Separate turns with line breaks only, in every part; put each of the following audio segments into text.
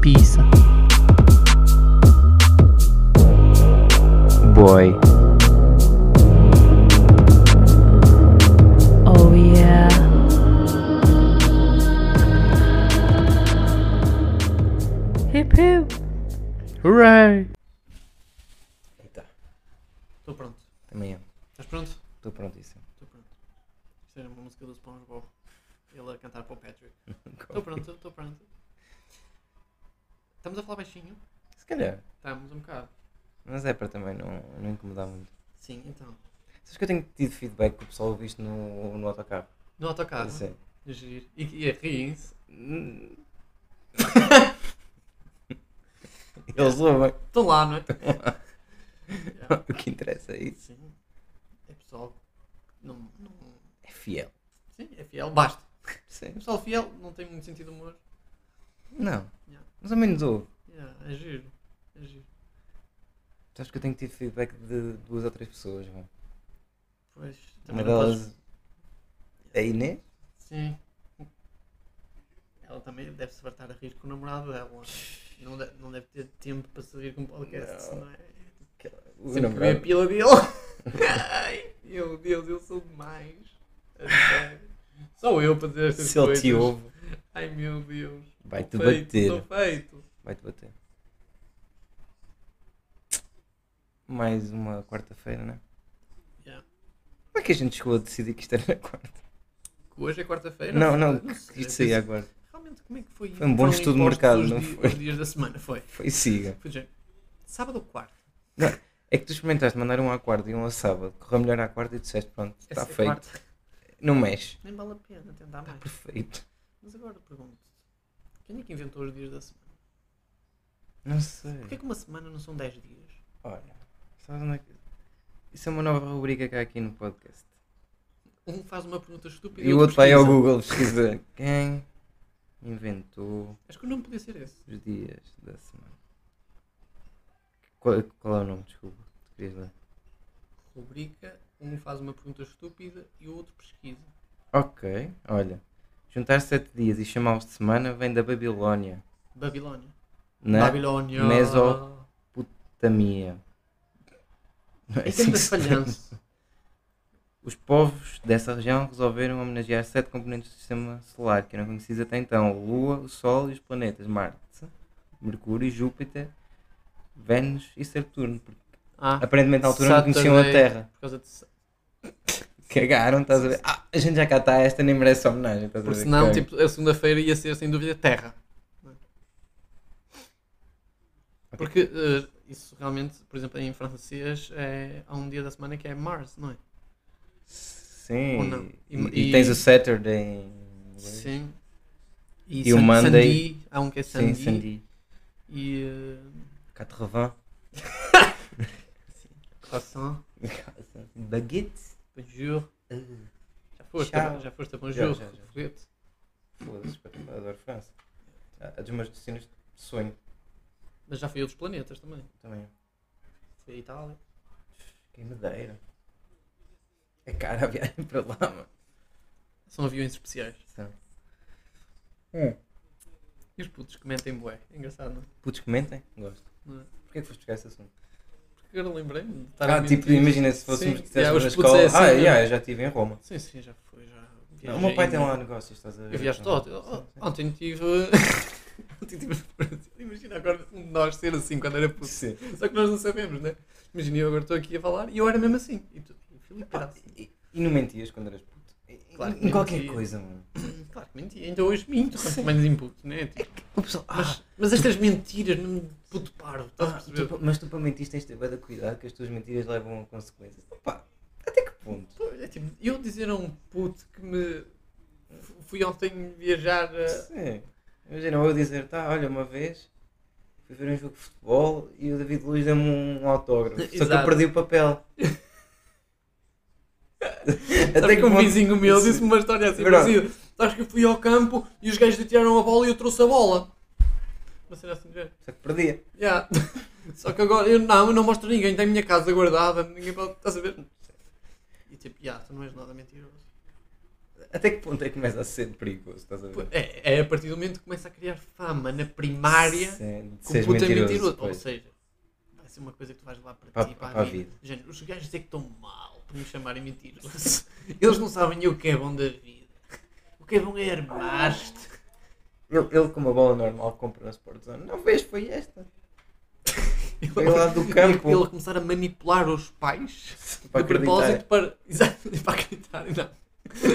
Pizza.
Boy.
Oh yeah. Hip hip. Hooray.
Eita,
Estou pronto.
também eu.
Estás pronto?
Estou prontíssimo.
Estou pronto. Isto era uma música do SpongeBob. Ele a cantar para o Patrick.
é?
Estou pronto, estou pronto. Estamos a falar baixinho?
Se calhar.
Estamos um bocado.
Mas é para também não, não incomodar muito.
Sim, então.
Sabes que eu tenho tido feedback que o pessoal ouve isto no, no autocarro.
No autocarro.
Sim.
Giro. E, e riem-se.
Hum. Eles ouvem.
Estão lá, não é? Yeah.
O que interessa é isso.
Sim. É pessoal. Não, não...
É fiel.
Sim, é fiel. Basta.
Sim.
O pessoal fiel não tem muito sentido de humor.
Não.
Yeah.
Mais ou menos ouve.
Yeah, é giro. É giro.
Sabes que eu tenho tido feedback de duas ou três pessoas. mano.
Pois.
Uma
Também não podes-
delas é a Inês.
Sim. Ela também deve se fartar a rir com o namorado dela. Não, de- não deve ter tempo para se rir com o podcast,
Não.
não, é? Sempre que
O
vê a
namorado.
pila dele. Ai, meu Deus, eu sou demais. A sério. Só eu para dizer estas
Se ele
coisas.
te ouve,
Ai, meu Deus.
vai-te
Estou feito,
bater.
Estou feito.
Vai-te bater. Mais uma quarta-feira, né?
Yeah.
Como é que a gente chegou a decidir que isto era quarta?
Hoje é quarta-feira?
Não, não,
sei,
que isto
eu
saía
penso,
agora.
Realmente, como é que foi isso?
Foi um bom
Foram
estudo de
impostos
mercado,
os
não
di-
foi?
Os dias da semana, foi.
Foi siga.
Foi de género. Sábado ou quarto?
É que tu experimentaste mandar um à quarta e um ao sábado, correu melhor à quarta e disseste, pronto, está
Essa é
feito. Tá
quarta.
Não mexe.
Nem vale a pena tentar mais.
Perfeito.
Mas agora pergunto-te: quem é que inventou os dias da semana?
Não sei.
Porquê que uma semana não são 10 dias?
Olha, sabes onde é que... Isso é uma nova rubrica que há aqui no podcast.
Um faz uma pergunta estúpida
E o outro vai ao
pesquisa.
Google pesquisa quem inventou
Acho que o nome podia ser esse.
os dias da semana. Qual, qual é o nome, desculpa? Tu querias ler?
Rubrica: um faz uma pergunta estúpida e o outro pesquisa.
Ok, olha. Juntar sete dias e chamá-los de semana vem da Babilónia.
Babilónia.
Na
Babilónia.
é? Meso- Mesopotamia. Não é
E
assim
sempre
que se diz.
falhanço.
Os povos dessa região resolveram homenagear sete componentes do sistema solar que eram conhecidos até então: a Lua, o Sol e os planetas Marte, Mercúrio, Júpiter, Vênus e Saturno. Porque
Ah,
aparentemente na altura não conheciam a
Saturday,
Terra.
Por causa de. sa-
Cagaram, estás a ver? Ah, a gente já cá está, esta nem merece homenagem. Estás a
Porque
ver?
senão,
Cago.
tipo, a segunda-feira ia ser sem dúvida terra. Porque eh, isso realmente, por exemplo, em francês é, há um dia da semana que é Mars, não é? ou não.
Sim, e,
E-
e tens o Saturday em inglês.
Sim. E,
E o
San-
Monday-
Sandy, há um que é
Sim,
Sandy.
Sandy.
E. eh,
80.
Croissant,
Baguette.
bonjour. Já foste,
Tchau.
já foste a bonjour,
Já, já, já.
foguete.
Foda-se, espetacular, adoro França. É dos meus destinos de sonho
Mas já fui a outros planetas também.
também.
Fui a Itália.
Que madeira. É cara a viagem para lá, mano.
São aviões especiais.
Então, Hum.
E os putos comentem bué. É Engraçado, não é?
Putz, comentem. Gosto.
Não é?
Porquê que foste buscar esse assunto?
Porque agora lembrei-me de estar a
Ah, tipo,
mentir.
imagina se fôssemos
é Sim,
de
yeah,
testes
os
na
putos
escola.
é assim,
ah,
né?
yeah, eu já estive em Roma.
Sim, sim, já fui. Já
Não, o meu pai tem um
viajei
lá
ainda.
negócios, estás a ver?
Eu viajo
Então,
todo. Eu-
sim, sim.
Ontem tive. Ontem tive. Imagina agora um de nós ser assim quando era puto.
Sim.
Só que nós não sabemos, né? Imagina eu agora estou aqui a falar e eu era mesmo assim. E tu, Filipe, era assim.
E, e não mentias quando eras puto? Em-
Claro que
em qualquer
mentia.
coisa, mano.
Claro que mentia. Ainda hoje minto, quanto menos imputo, né? Tipo,
O pessoal, ah,
Mas, mas estas mentiras não me puto tá? Tipo, paro, estás a
ah,
perceber?
tu- mas tu para mentir tens de ter bué de cuidado que as tuas mentiras levam a consequências. Opa, até que ponto?
Pô, é tipo, eu dizer a um puto que me f- fui ontem viajar a...
Sim. Imagina, eu dizer, tá, olha, uma vez fui ver um jogo de futebol e o David Luiz deu-me um autógrafo. Só que eu
Exato.
perdi o papel.
Até que um
ponto-
vizinho meu
Sim.
disse-me uma história assim
Verdade.
parecida. Sabes que eu fui ao campo e os gajos lhe tiraram a bola e eu trouxe a bola. Uma cena assim do género.
Só que perdia.
Yeah. Só que agora, eu não, eu não mostro a ninguém, tem a minha casa tá guardada, ninguém pode, estás a ver? E tipo, yeah, tu não és nada mentiroso.
Até que ponto é que começa a ser perigoso? Estás a ver?
É, é a partir do momento que começa a criar fama na primária
Sim, de
com
seres
puta
mentiroso,
é mentiroso. Ou
pois.
seja, vai ser uma coisa que tu vais lá para
Para-
ti, para,
para
a
a
vida.
vida.
Género, os gajos é que estão mal por me chamarem mentiroso. Eles não sabem o que é bom da vida. O que é bom é armar-te.
Ele, ele com uma bola normal compra na Sport Zone. Não vês, foi esta. Foi lá do campo.
Ele começar a manipular os pais
Para
de propósito
Tipo,
para.
acreditar.
Exato, para acreditar. Não.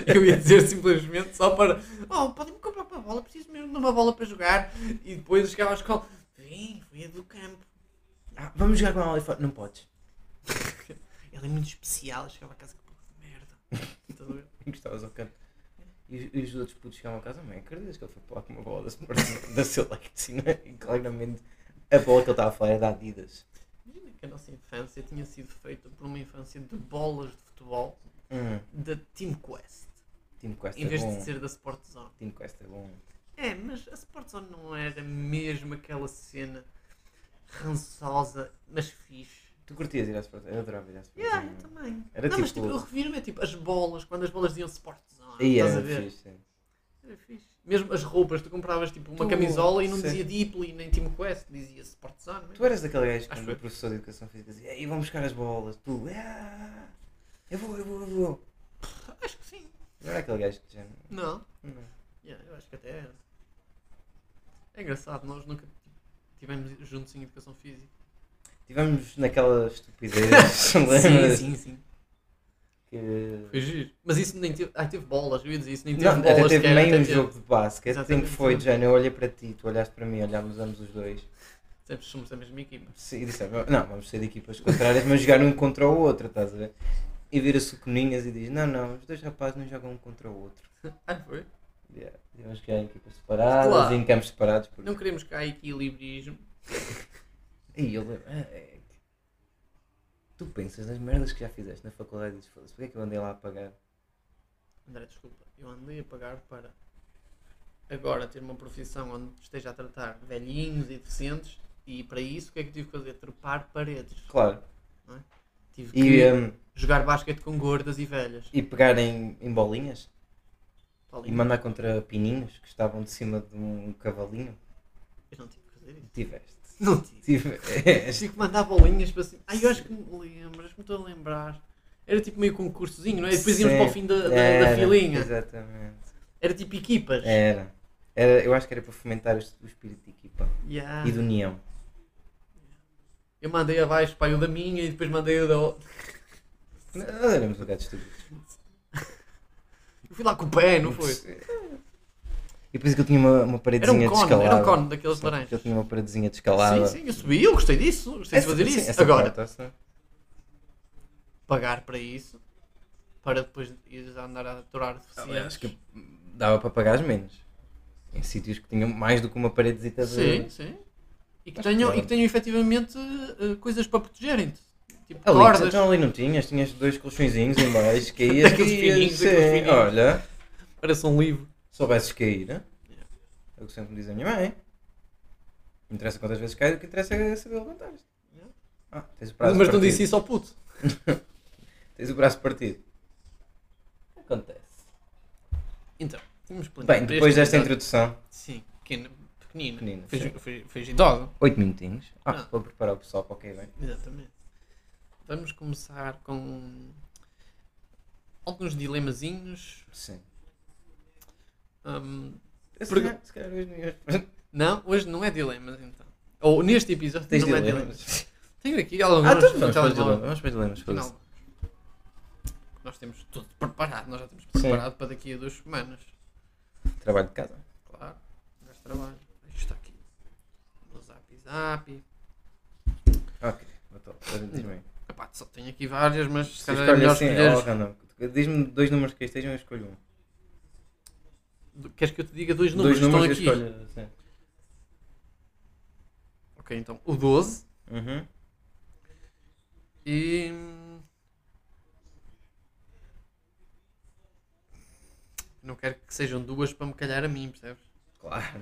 Eu ia dizer simplesmente só para. Oh, podem-me comprar uma bola, preciso mesmo de uma bola para jogar. E depois chegava à escola. Vem, foi a do campo.
Ah, vamos jogar com a bola e fora. Não podes.
Ela é muito especial. Eu chegava a casa com pouco de merda. Estás a ver?
Engostavas ao canto. E, os- e os outros putos chegavam a casa. Mãe, acreditas que ele foi para lá com uma bola da Sport Zone, da Select? E claramente a bola que ele estava a falar era da Adidas.
Imagina que a nossa infância tinha sido feita por uma infância de bolas de futebol
Hum,
da Team Quest.
Team Quest
Em
é
vez
bom.
de ser da Sport Zone.
Team Quest é bom.
É, mas a Sport Zone não era mesmo aquela cena rançosa, mas fixe.
Tu curtias ir à Sport Zone? Eu adorava ir à Sport
Yeah,
Zone.
eu também.
Era
não, mas
tipo-
tipo, eu refiro-me a tipo as bolas, quando as bolas diziam Sport Zone.
E
estás a
era
ver?
fixe, sim.
Era fixe. Mesmo as roupas, tu compravas tipo uma
Tu-
camisola e não
sim.
dizia Deeply nem Team Quest, dizia Sport Zone.
Tu eras aquele gajo que
Acho
quando o
eu.
professor de educação física dizia Ei, vamos buscar as bolas. Tu, "Ah, eu vou, eu vou, eu vou. é-
Acho que sim.
Não era aquele gajo que já não-
Não?
não.
Yeah, eu acho que até era. É engraçado, nós nunca tivemos juntos em educação física.
Tivemos naquela estupidez, lembras?
sim, sim.
Que...
Foi giro. Mas isso nem teve. Ah, teve bolas, eu ia dizer isso, nem teve
Não,
bolas.
até teve
sequer,
meio
até
um
teve.
jogo de basquete em que
Exatamente,
foi
sim.
de género, eu olhei para ti, tu olhaste para mim, olhámos ambos os dois
Sempre somos da mesma equipa.
Sim, e dissemos, não, vamos ser de equipas contrárias, mas jogar um contra o outro, estás a ver? E vira-se o Coninhas e diz, não, não, os dois rapazes não jogam um contra o outro.
Ah, foi?
Yeah. Tivemos que jogar em equipas separadas,
Claro.
e em campos separados. Porque...
Não queremos cá equilibrismo.
Aí eu lembro. ah, é que- Tu pensas nas merdas que já fizeste na faculdade e dizes, foda-se, porque é que eu andei lá a pagar?
André, desculpa, eu andei a pagar para agora ter uma profissão onde esteja a tratar velhinhos e deficientes e para isso o que é que eu tive que fazer? Trepar paredes.
Claro.
Tive que
E, hum,
jogar basquete com gordas e velhas.
e pegar em, em bolinhas e
Paulinho,
mandar contra pininhos que estavam de cima de um cavalinho.
Eu não tive que fazer isso.
Tiveste. É,
Não tive.
Tiveste.
Tive que mandar bolinhas para cima. Ai, eu acho que me lembro, acho que me estou a lembrar. Era tipo meio concursozinho, não é? E depois íamos
Sim.
para o fim da, da- da
Era, É.
filinha.
Exatamente.
Era tipo equipas.
Era. Era. Eu acho que era para fomentar o es- o espírito de equipa
Yeah.
e de união.
Eu mandei abaixo para o da minha e depois mandei o da outra.
Nós éramos um gato estúpido.
Eu fui lá com o pé, não foi?
E depois que eu tinha uma, uma
Era um
paredezinha
cone,
descalada.
era um cone daqueles de
Eu
laranjas.
tinha uma paredezinha descalada.
Sim, sim, eu subi, eu gostei disso, gostei de fazer
sim,
isso.
essa
Agora,
parte, essa-
pagar para isso, para depois ires a andar a aturar
Ah,
deficientes.
bem, Acho que dava para pagar menos. Em sítios que tinham mais do que uma paredezita de.
Sim, sim. E que,
Mas
tenham, e
pronto.
que tenham efetivamente eh, coisas para protegerem-te. Tipo
Ali,
cordas.
então ali não tinhas, tinhas dois colchõezinhos em baixo, caías,
Aqueles
caías,
fininhos,
sim,
aqueles fininhos.
olha, se
Parece um livro.
soubesses cair, né? é o que sempre me diz a minha mãe. Não interessa quantas vezes cai, o que interessa é saber levantar te
Yeah.
Ah, tens o braço
Mas não
partido.
disse isso ao puto.
Tens o braço partido. Acontece.
Então, tínhamos planeado
Bem,
para
depois
este
desta
episódio-
introdução,
Sim, pequena, pequenina.
Pequenina,
fez,
sim.
fez, fez idosa.
8 minutinhos. Ah,
Ah.
vou preparar o pessoal para o que vem.
Exatamente. Vamos começar com alguns dilemazinhos.
Sim.
Hum,
Se
Porque-
calhar- se calhar hoje não
não, hoje não é dilemas então. Ou neste episódio
Tens
não é dilemas.
dilemas.
Tenho aqui alguns
Ah, todos
no
vamos para os
telemóvel.
dilemas. Vamos para os dilemas. foda-se.
Não. Nós temos tudo preparado, nós já temos
Sim.
preparado para daqui a duas semanas.
Trabalho de casa.
Claro, mais trabalho. Isto está aqui. No zap zap.
Ok, botou. Agora diz-me.
Epá, só tenho aqui várias, mas se
Se
calhar é
escolhe
melhor
assim,
escolher.
ao random. Diz-me dois números que aí estejam, eu escolho um.
Queres que eu te diga dois números,
dois números
que estão
eu
aqui?
escolho. Sim.
Ok, então o 12
Uhum.
e. Não quero que sejam duas para me calhar a mim, percebes?
Claro.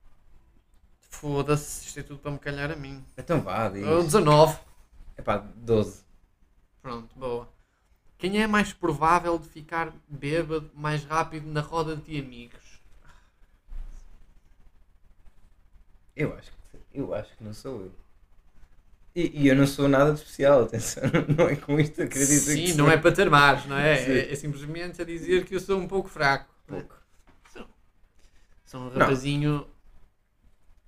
Foda-se, isto é tudo para me calhar a mim.
Então vá, diz.
Ou 19.
Epá, 12.
Pronto, boa. Quem é mais provável de ficar bêbado mais rápido na roda de amigos?
Eu acho que, eu acho que não sou eu. E, e eu não sou nada de especial, atenção. Não é com isto que eu queria dizer
Sim,
que
não
sou
é para ter mais, não é?
Sim.
é? é simplesmente a dizer que eu sou um pouco fraco.
pouco.
Sou um rapazinho,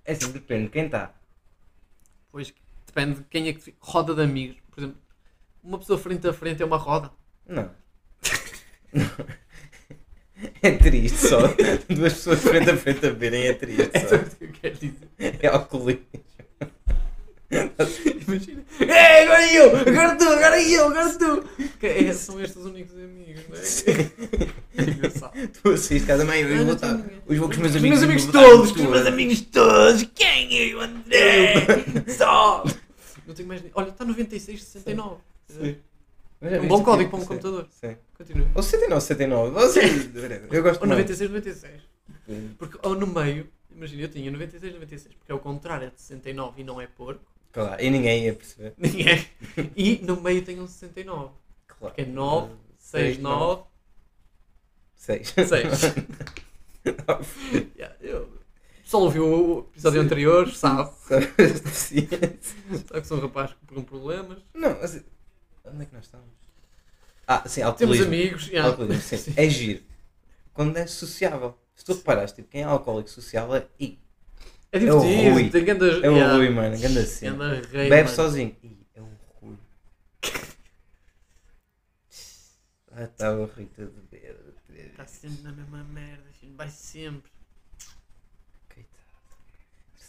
É assim, depende de quem está.
pois depende de quem é que fica. roda de amigos. Por exemplo, uma pessoa frente a frente é uma roda.
Não. É triste só. Duas pessoas frente a frente a beberem é triste
É só
só.
isso que eu quero dizer.
É alcoolismo.
Imagina. É, agora eu! Agora tu! Agora eu! Agora tu! Que é, são estes os únicos amigos, não é? É engraçado.
Tu assistes cada mãe,
Ah,
hoje
não
vou estar.
tenho.
Hoje vou com os meus
Com os meus
amigos.
amigos
e vou botar
todos,
uma
com os meus
mistura.
amigos todos, quem é o André? Só! Não tenho mais nem. Olha, está 96, 69.
Sim.
É um bom código para um computador.
Sim.
Continua.
tipo Ou 79, 79. Vocês. Eu gosto
Ou
muito.
96, 96. Porque ou no meio, imagina, eu tinha 96, 96, porque é o contrário, é de 69 e não é porco.
Claro, e ninguém ia perceber.
Ninguém. E no meio tem um 69,
Claro.
que é 9, 6,
Seis,
9,
6.
6. Yeah, eu... O pessoal ouviu o episódio
Sim.
anterior, sabe, sabe que sou um rapaz com problemas.
Não, mas. Onde é que nós estamos? Ah, sim,
Temos
alcoolismo.
amigos. yeah.
Alcoolismo, sim. É giro. Quando é sociável. Se tu reparaste, tipo, quem é alcoólico social é. Ih,
É
É o Rui.
divertido. Tem grandes...
é o
yeah.
Rui, mano. Ganda assim.
Ganda rei,
Bebe
mano. um
sozinho. Ih, é o Rui. Ah, está o Rita de bêbado.
Está Tá sempre na mesma merda, filho. Vai sempre.
Coitado.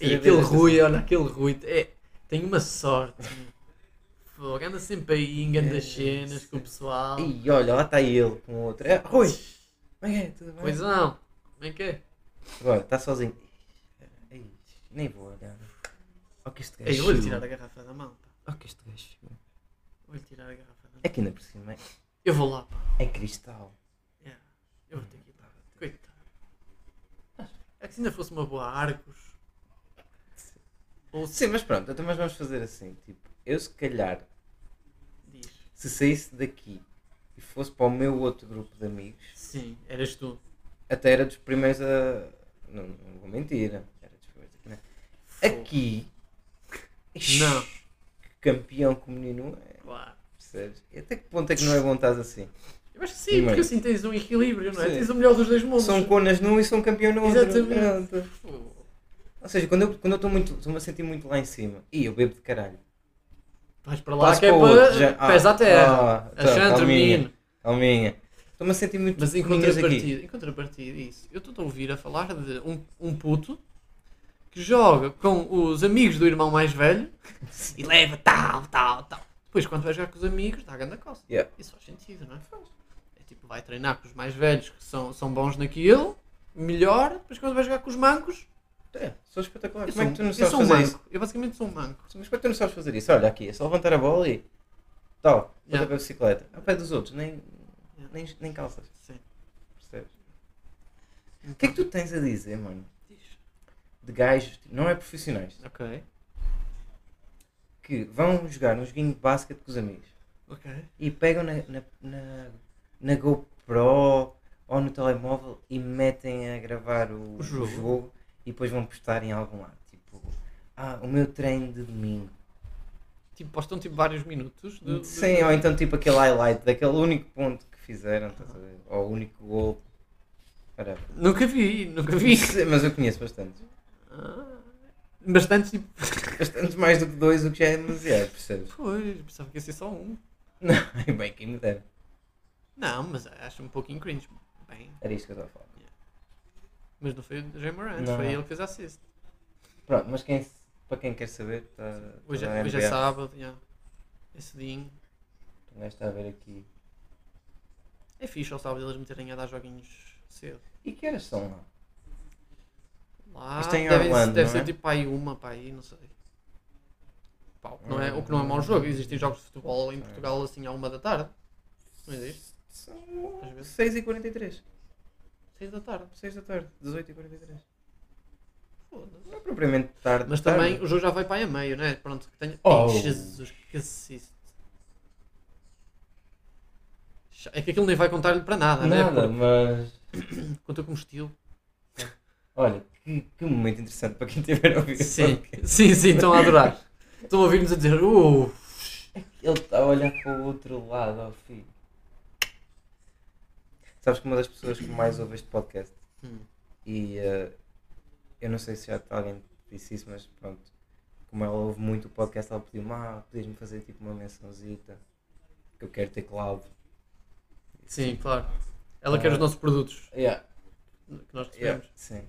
E aquele
é
Rui, olha, aquele Rui. É... Tem uma sorte. meu. Fogo, anda sempre aí em
É,
grandes cenas com o
sim.
pessoal.
Ih, olha, lá está ele com o outro. É, Rui, como é que é? Tudo bem?
Pois não. Como é que é?
Agora, está sozinho. Ei, nem vou olhar. Olha que este gajo.
Ei, eu vou-lhe
chegou.
tirar a garrafa da mão, pá.
Olha que este gajo. chegou.
Vou-lhe tirar a garrafa da mão.
É que ainda por cima é,
Eu vou lá, pá.
é cristal.
Yeah. É, Eu vou ter que ir para a Coitado. É que se ainda fosse uma boa Arcos. Ou se
Sim, mas pronto, então mas vamos fazer assim. Tipo, eu se calhar,
diz.
se saísse daqui e fosse para o meu outro grupo de amigos,
Sim, eras tu.
até era dos primeiros a. Não, não vou mentir. Era dos primeiros aqui, né? Aqui.
Não.
que Campeão que o menino é,
Claro.
percebes? E até que ponto é que não é bom estás assim?
Eu acho que sim,
Primeiro.
porque assim tens um equilíbrio, não é?
Sim.
Tens o melhor dos dois mundos.
São conas num e são campeão no outro.
Exatamente.
Pronto.
Pô,
Ou seja, quando eu quando eu estou muito, estou-me a sentir muito lá em cima, e eu bebo de caralho.
Vais para lá
Passo
que é
para o outro,
para
já-
pés
ah,
à terra.
ah, tá,
Achando o
calminha.
menino.
Calminha. Estou-me a sentir muito
Mas em
ninhas é aqui.
contrapartida, em contrapartida, isso. Eu estou a ouvir a falar de um, um puto que joga com os amigos do irmão mais velho e leva tal, tal, tal. Depois, quando vai jogar com os amigos, está a grande costa.
Yeah.
Isso faz sentido, não é? É tipo, vai treinar com os mais velhos que são, são bons naquilo, melhor. Depois, quando vai jogar com os mancos,
É, sou espetacular.
eu
Como é que tu não
eu
sabes
sou um
fazer
manco.
isso?
Eu basicamente sou um manco.
Mas como é que tu não sabes fazer isso? Olha aqui, é só levantar a bola e. Tal, volta
Yeah.
para a bicicleta. Ao pé dos outros, nem,
Yeah.
nem, nem calças.
Sim.
Percebes? O
Então.
que é que tu tens a dizer, mano?
Diz.
De gajos, não é profissionais,
Ok.
que vão jogar um joguinho de basquete com os amigos.
Ok.
e pegam na, na, na, na GoPro ou no telemóvel e metem a gravar o,
O jogo.
o jogo e depois vão postar em algum lado. Tipo, ah, o meu treino de domingo.
Tipo, postam tipo vários minutos. de- de-
Sim, ou então tipo aquele highlight daquele único ponto que fizeram, estás a ver? Ou o único gol. Ora,
Nunca vi, nunca vi.
sim, mas eu conheço bastante.
Ah, Bastante tipo.
Bastante mais do que dois, o que já é demasiado, percebes?
Pois, pensava que ia ser só um.
Não, é bem quem me dera.
Não, mas acho um pouquinho cringe. Bem,
Era isto que eu estava a falar.
mas não foi o Jay Morant,
Não.
foi ele que fez a assist.
Pronto, mas quem, para quem quer saber, está. está
Hoje,
na
é, hoje é
NBA.
sábado, yeah. é cedinho.
O Um gajo está a ver aqui.
É fixe ao sábado eles meterem a dar joguinhos cedo.
E que horas são lá?
Lá
Isto é em
devem-
Orlando,
deve
não
ser
é?
tipo para aí uma, para aí, não sei. Pá, o que não é, o que não é mau jogo, existem jogos de futebol em Portugal assim à uma da tarde. Não existe?
São
Às vezes.
6h43.
Seis da tarde.
6 da tarde, 18h43.
Foda-se.
Não é propriamente tarde.
Mas
tarde.
também o jogo já vai para aí a meio, não é? Pronto, que tenho.
Oh.
Ei, Jesus, que assiste. É que aquilo nem vai contar-lhe para nada, né?
Nada, mas.
Porque Conta como estilo.
Olha, que, que momento interessante para quem tiver a ouvir. esse
Sim,
podcast.
sim, sim, estão a adorar. Estão a ouvir-nos a dizer, uh,
Ele está a olhar para o outro lado, ó filho. Sabes que uma das pessoas que mais ouve este podcast,
Hum.
e eh, eu não sei se já alguém disse isso, mas pronto, como ela ouve muito o podcast, ela pediu-me, ah, podias-me fazer tipo uma mençãozita, que eu quero ter teclado.
sim, claro. Ela quer os nossos produtos
Yeah,
que nós recebemos.
yeah, sim.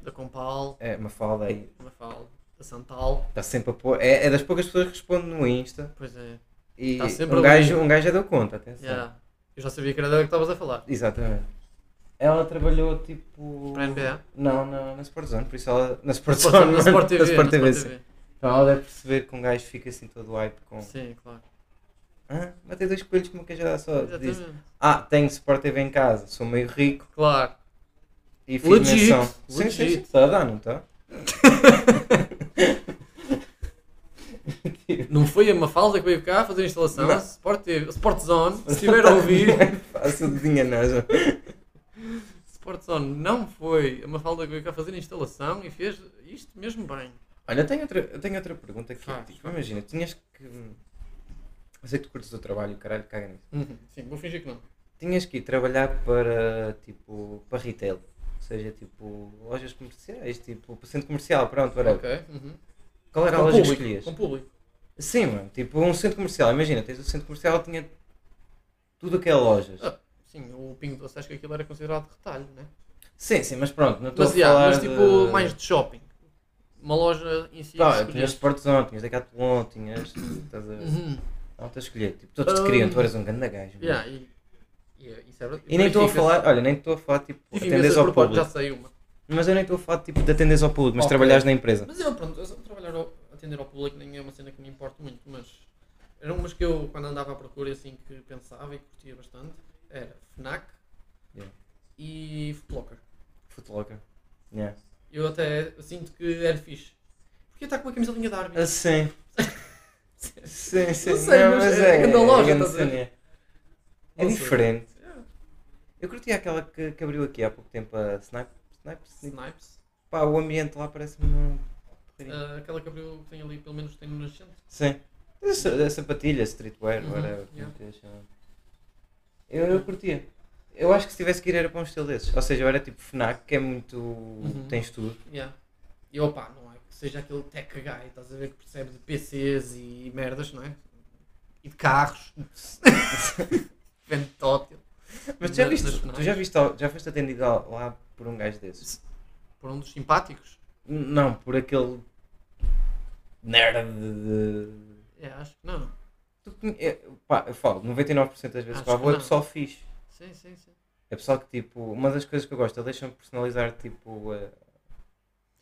Da Compal,
É, Mafalda aí
da Mafal, da Santal.
está sempre a pôr, é, é das poucas pessoas que responde no Insta,
Pois é.
e
Tá sempre
um
a
gajo,
ouvir.
um gajo já deu conta, atenção.
yeah. Eu já sabia que era dela que estavas a falar.
Exatamente. Ela trabalhou tipo.
Para a NBA?
Não, na, na Sport Zone, por isso ela. Na Sport
Pode
Zone,
ser na Sport TV.
na Sport TV,
na
sim.
Sport
Então ela deve perceber que um gajo fica assim todo hype com.
TV. Sim, claro.
Ah, matei dois coelhos, como é que já dá só? Diz,
Exatamente.
ah, tenho Sport TV em casa, sou meio rico
Claro.
e fiz
Legit,
menção. Sim, sim, sim,
legit.
está a dar, não tá? está?
Não foi a Mafalda que veio cá fazer a instalação.
Não.
Sport, TV, Sport Zone, se estiver a ouvir.
Não é fácil de enganar já.
Sport Zone não foi a Mafalda que veio cá fazer a instalação e fez isto mesmo bem.
Olha, eu tenho outra, eu tenho outra pergunta aqui.
Faz,
tipo,
faz.
imagina, tinhas que. Eu sei que tu curtes o teu trabalho, caralho, caga nisso.
Uhum. Sim, vou fingir que não.
Tinhas que ir trabalhar para, tipo, para retail, ou seja, tipo, lojas comerciais, tipo, centro comercial, pronto, whatever.
Ok. uhum.
Qual era a
Com
loja que
público.
escolhias?
Com público.
Sim, mano, tipo, um centro comercial, imagina, tens o centro comercial, tinha tudo o que é lojas.
Ah. Sim, o Pingo Doce acho que aquilo era considerado retalho, né?
Sim, sim, mas pronto, não estou a
Mas,
falar
yeah, mas
de-
tipo, mais de shopping. Uma loja em si.
Pá,
que
tinhas
escolhesse.
Sportzone, tinhas Decathlon, tinhas... Estás a...
Uhum.
Não, estou a escolher, tipo, todos te
Um,
queriam, tu eras um grande gajo. mano.
Yeah, e, e- isso é verdade.
E nem estou a
Verifica-se.
falar, olha, nem estou a falar, tipo,
Tive
atendes
imensas
ao
propostas,
público.
já sei uma.
Mas eu nem estou a falar, tipo, de atendes ao público, mas
Ok.
trabalhares na empresa.
Mas eu, pronto, eu só trabalhar ao, atender ao público nem é uma cena que me importa muito, mas eram umas que eu, quando andava à procura, assim, que pensava e curtia bastante, era FNAC
Yeah.
e Footlocker.
Footlocker. Yeah.
Eu até sinto que era fixe. Porque está com uma camisolinha da árbitro.
Ah, sim. sim, sim.
Não sei, mas é grande loja,
grande
estás a ver?
cena, é. É
Não sei.
diferente.
Yeah.
Eu curti aquela que, que abriu aqui há pouco tempo, a Snipe. Snipe? Snipe.
Snipes.
Pá, o ambiente lá parece-me... um- uma porcaria.
Ah, aquela que abriu, que tem ali, pelo menos tem no nascente.
Sim. Essa, essa patilha, streetwear,
Uhum,
whatever, como
yeah.
que é chamado. Eu, eu curtia. Eu acho que se tivesse que ir era para um estilo desses. Ou seja, eu era tipo FNAC, que é muito... Tens tudo.
Yeah. E opá, não é que seja aquele tech guy, estás a ver que percebe de PCs e merdas, não é? E de carros. Vende tótil.
Mas tu já
Na-
viste,
nas
tu
FNACs.
já viste, al- já foste atendido lá- lá por um gajo desses?
Por um dos simpáticos.
N- Não, por aquele nerd de.
É, acho que não.
Tu conhe- eu- pá, eu falo, 99% das vezes
Acho
que lá
que
vou é
não.
pessoal fixe.
Sim, sim, sim.
É pessoal que tipo, uma das coisas que eu gosto, eles deixam personalizar tipo a,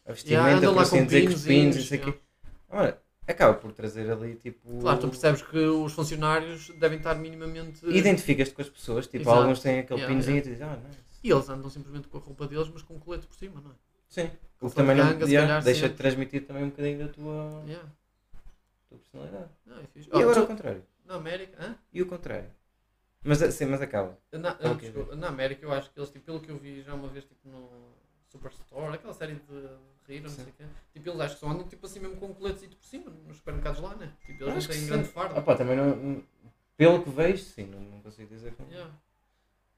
a vestimenta,
andam
por
lá
assim
com
dizer, com os pinos,
pinozinhos,
e isso aqui.
yeah.
Ora, acaba por trazer ali tipo.
Claro, tu percebes que os funcionários devem estar minimamente.
Identificas-te com as pessoas, tipo,
Exato.
alguns têm aquele
Yeah,
pinozinho e tu dizes, ah, não.
E eles andam simplesmente com a roupa deles, mas com um colete por cima, não é?
Sim. O que
Só de
também não
ganga, se
yeah,
calhar,
deixa
sim.
de transmitir também um bocadinho da tua,
Yeah.
tua personalidade.
Não, é fixe.
e
Oh,
agora o
tu-
contrário.
Na América. hã?
E o contrário. Mas, sim, mas acaba.
Na,
Ah,
ah,
ok.
desculpa, na América eu acho que eles, tipo, pelo que eu vi já uma vez tipo, no Superstore, aquela série de rir, não
Sim.
sei o quê, tipo, eles acho que só andam tipo assim mesmo com um coletezito por cima, nos supermercados lá, né? Tipo, eles
Acho
não
que
têm
sim.
grande farda.
Ah, pá, também não- não- Pelo que vejo, sim, não, não consigo dizer como.
Yeah.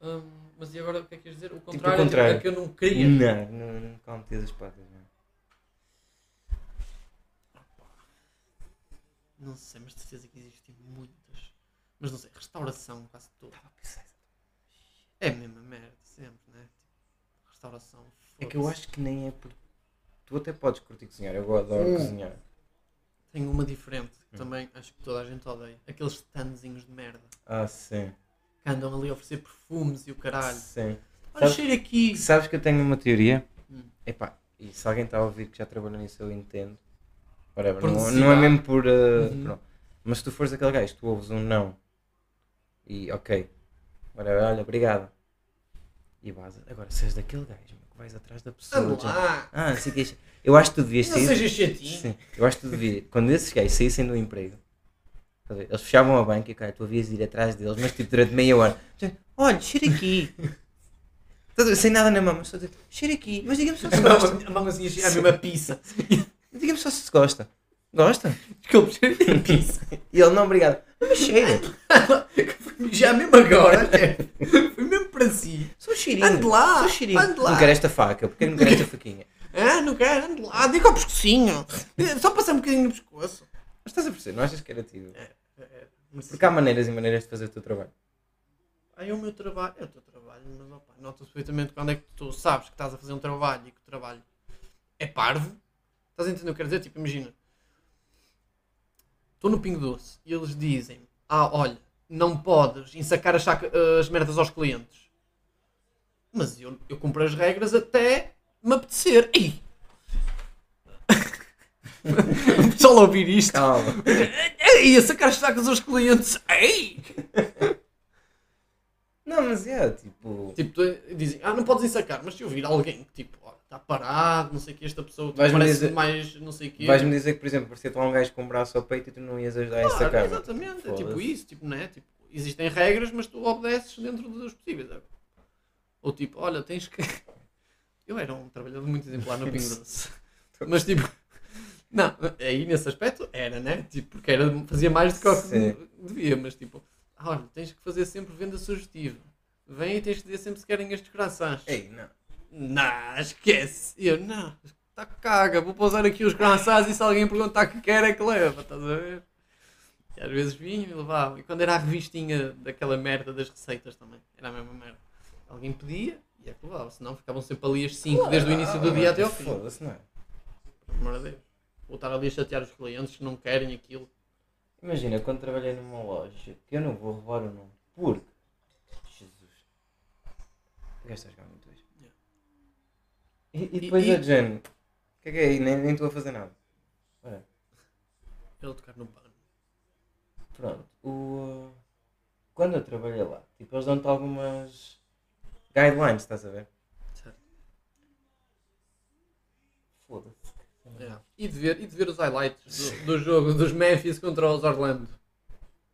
Hum, mas e agora o que é que queres dizer? O contrário, é,
Tipo, contrário. Hum.
que eu não queria.
Não, não, não calma, metias as patas. Não.
Não sei, mas de certeza que existem muitas. Mas não sei, restauração quase toda. É a mesma merda, sempre, né? Tipo, restauração.
É que eu
foda-se.
acho que nem é por. Tu até podes curtir cozinhar, eu adoro
Hum.
cozinhar.
Tem uma diferente que
Hum.
também acho que toda a gente odeia. Aqueles standzinhos de merda.
Ah, sim.
Que andam ali a oferecer perfumes e o caralho.
Sim.
Olha,
Sabes-
cheira aqui.
Sabes que eu tenho uma teoria?
Hum.
Epá, e se alguém está a ouvir que já trabalhou nisso, eu entendo. Whatever,
Por
não, não é
necessidade.
mesmo por. uh,
Uhum.
pronto. Mas se tu fores aquele gajo, tu ouves um não e ok, whatever, olha, obrigado. E vaza. Agora, se és daquele gajo meu, que vais atrás da pessoa.
Anda
já-
lá.
Ah, não sei o que é isto. é Eu acho que tu devias
Não
sair.
sejas chatinho.
Sim, eu acho que tu devias. Quando esses gajos saíssem do emprego, Estás a ver? Eles fechavam a banca e cara, tu havias de ir atrás deles, mas tipo durante meia hora. Gente, Olha, cheira aqui. Estás a ver? Sem nada na mão, mas só dizer, cheira aqui. Mas diga-me só se gosta.
A mãozinha a mesma pizza.
Diga-me só se gosta. Gosta?
Desculpe, cheira a pizza.
E ele, não, obrigado. Mas cheira.
Já mesmo agora, chefe. Foi mesmo para si.
Só um cheirinho.
Ande lá,
Só um cheirinho.
ande lá.
Não quero esta faca. Porquê que não quero esta faquinha?
Ah, não quero, ande lá, diga ao pescocinho. Só passar um bocadinho no pescoço.
Mas estás a perceber? Não achas que era tipo, tio?
Mas
Porque há maneiras e maneiras de fazer o teu trabalho.
Aí é o meu trabalho, é o teu trabalho, mas opa, notas perfeitamente quando é que tu sabes que estás a fazer um trabalho e que o trabalho é parvo. Estás a entender o que eu quero dizer? Tipo, imagina, estou no Pingo Doce e eles dizem: Ah, olha, não podes ensacar as, saca- as merdas aos clientes. Mas eu, eu cumpro as regras até me apetecer. Ei! o pessoal a ouvir isto.
Calma.
Ei, a sacar as sacas aos clientes. Ei!
Não, mas é, tipo...
Tipo, tu- dizem, ah, não podes ensacar, mas se eu vir alguém que tipo, ó, está parado, não sei o que, esta pessoa tipo,
Vais-me
parece
dizer-
mais, não sei o que.
Vais-me dizer que, por exemplo, parecia lá um gajo com um braço ao peito e tu não ias ajudar a essa cara.
Exatamente, é
Foda-se.
tipo isso, tipo, não é? Tipo, existem regras, mas tu obedeces dentro dos possíveis. é? Ou tipo, olha, tens que. Eu era um trabalhador muito exemplar no Pingo Doce. mas tipo, não, aí nesse aspecto era, né? Tipo, porque era, fazia mais do que o que
Sim.
devia, mas tipo, ah, olha, tens que fazer sempre venda sugestiva. Vem e tens que dizer sempre se querem estes croissants.
Ei, não.
Não, esquece. E eu, não, tá caga, vou pousar aqui os croissants e se alguém perguntar o que quer é que leva, estás a ver? E às vezes vinham e levavam. E quando era a revistinha daquela merda das receitas também, era a mesma merda. Alguém pedia e é que levava, senão ficavam sempre ali as 5 desde o início do dia até ao fim. Pelo
Ah, Foda-se, não é?
amor de Deus. Vou estar ali a chatear os clientes que não querem aquilo.
Imagina, quando trabalhei numa loja, que eu não vou roubar o nome, porque... Jesus. O gajo está a jogar muito hoje.
Yeah.
E, e
E-
depois
e-
é de género. O que é que é aí? Nem nem estou a fazer nada. Ora,
Ele tocar no pano.
Pronto, o... quando eu trabalhei lá, tipo, eles dão-te algumas guidelines, estás a ver?
Certo.
Foda-se.
É. E, de ver, e de ver os highlights do, do jogo dos Memphis contra os Orlando.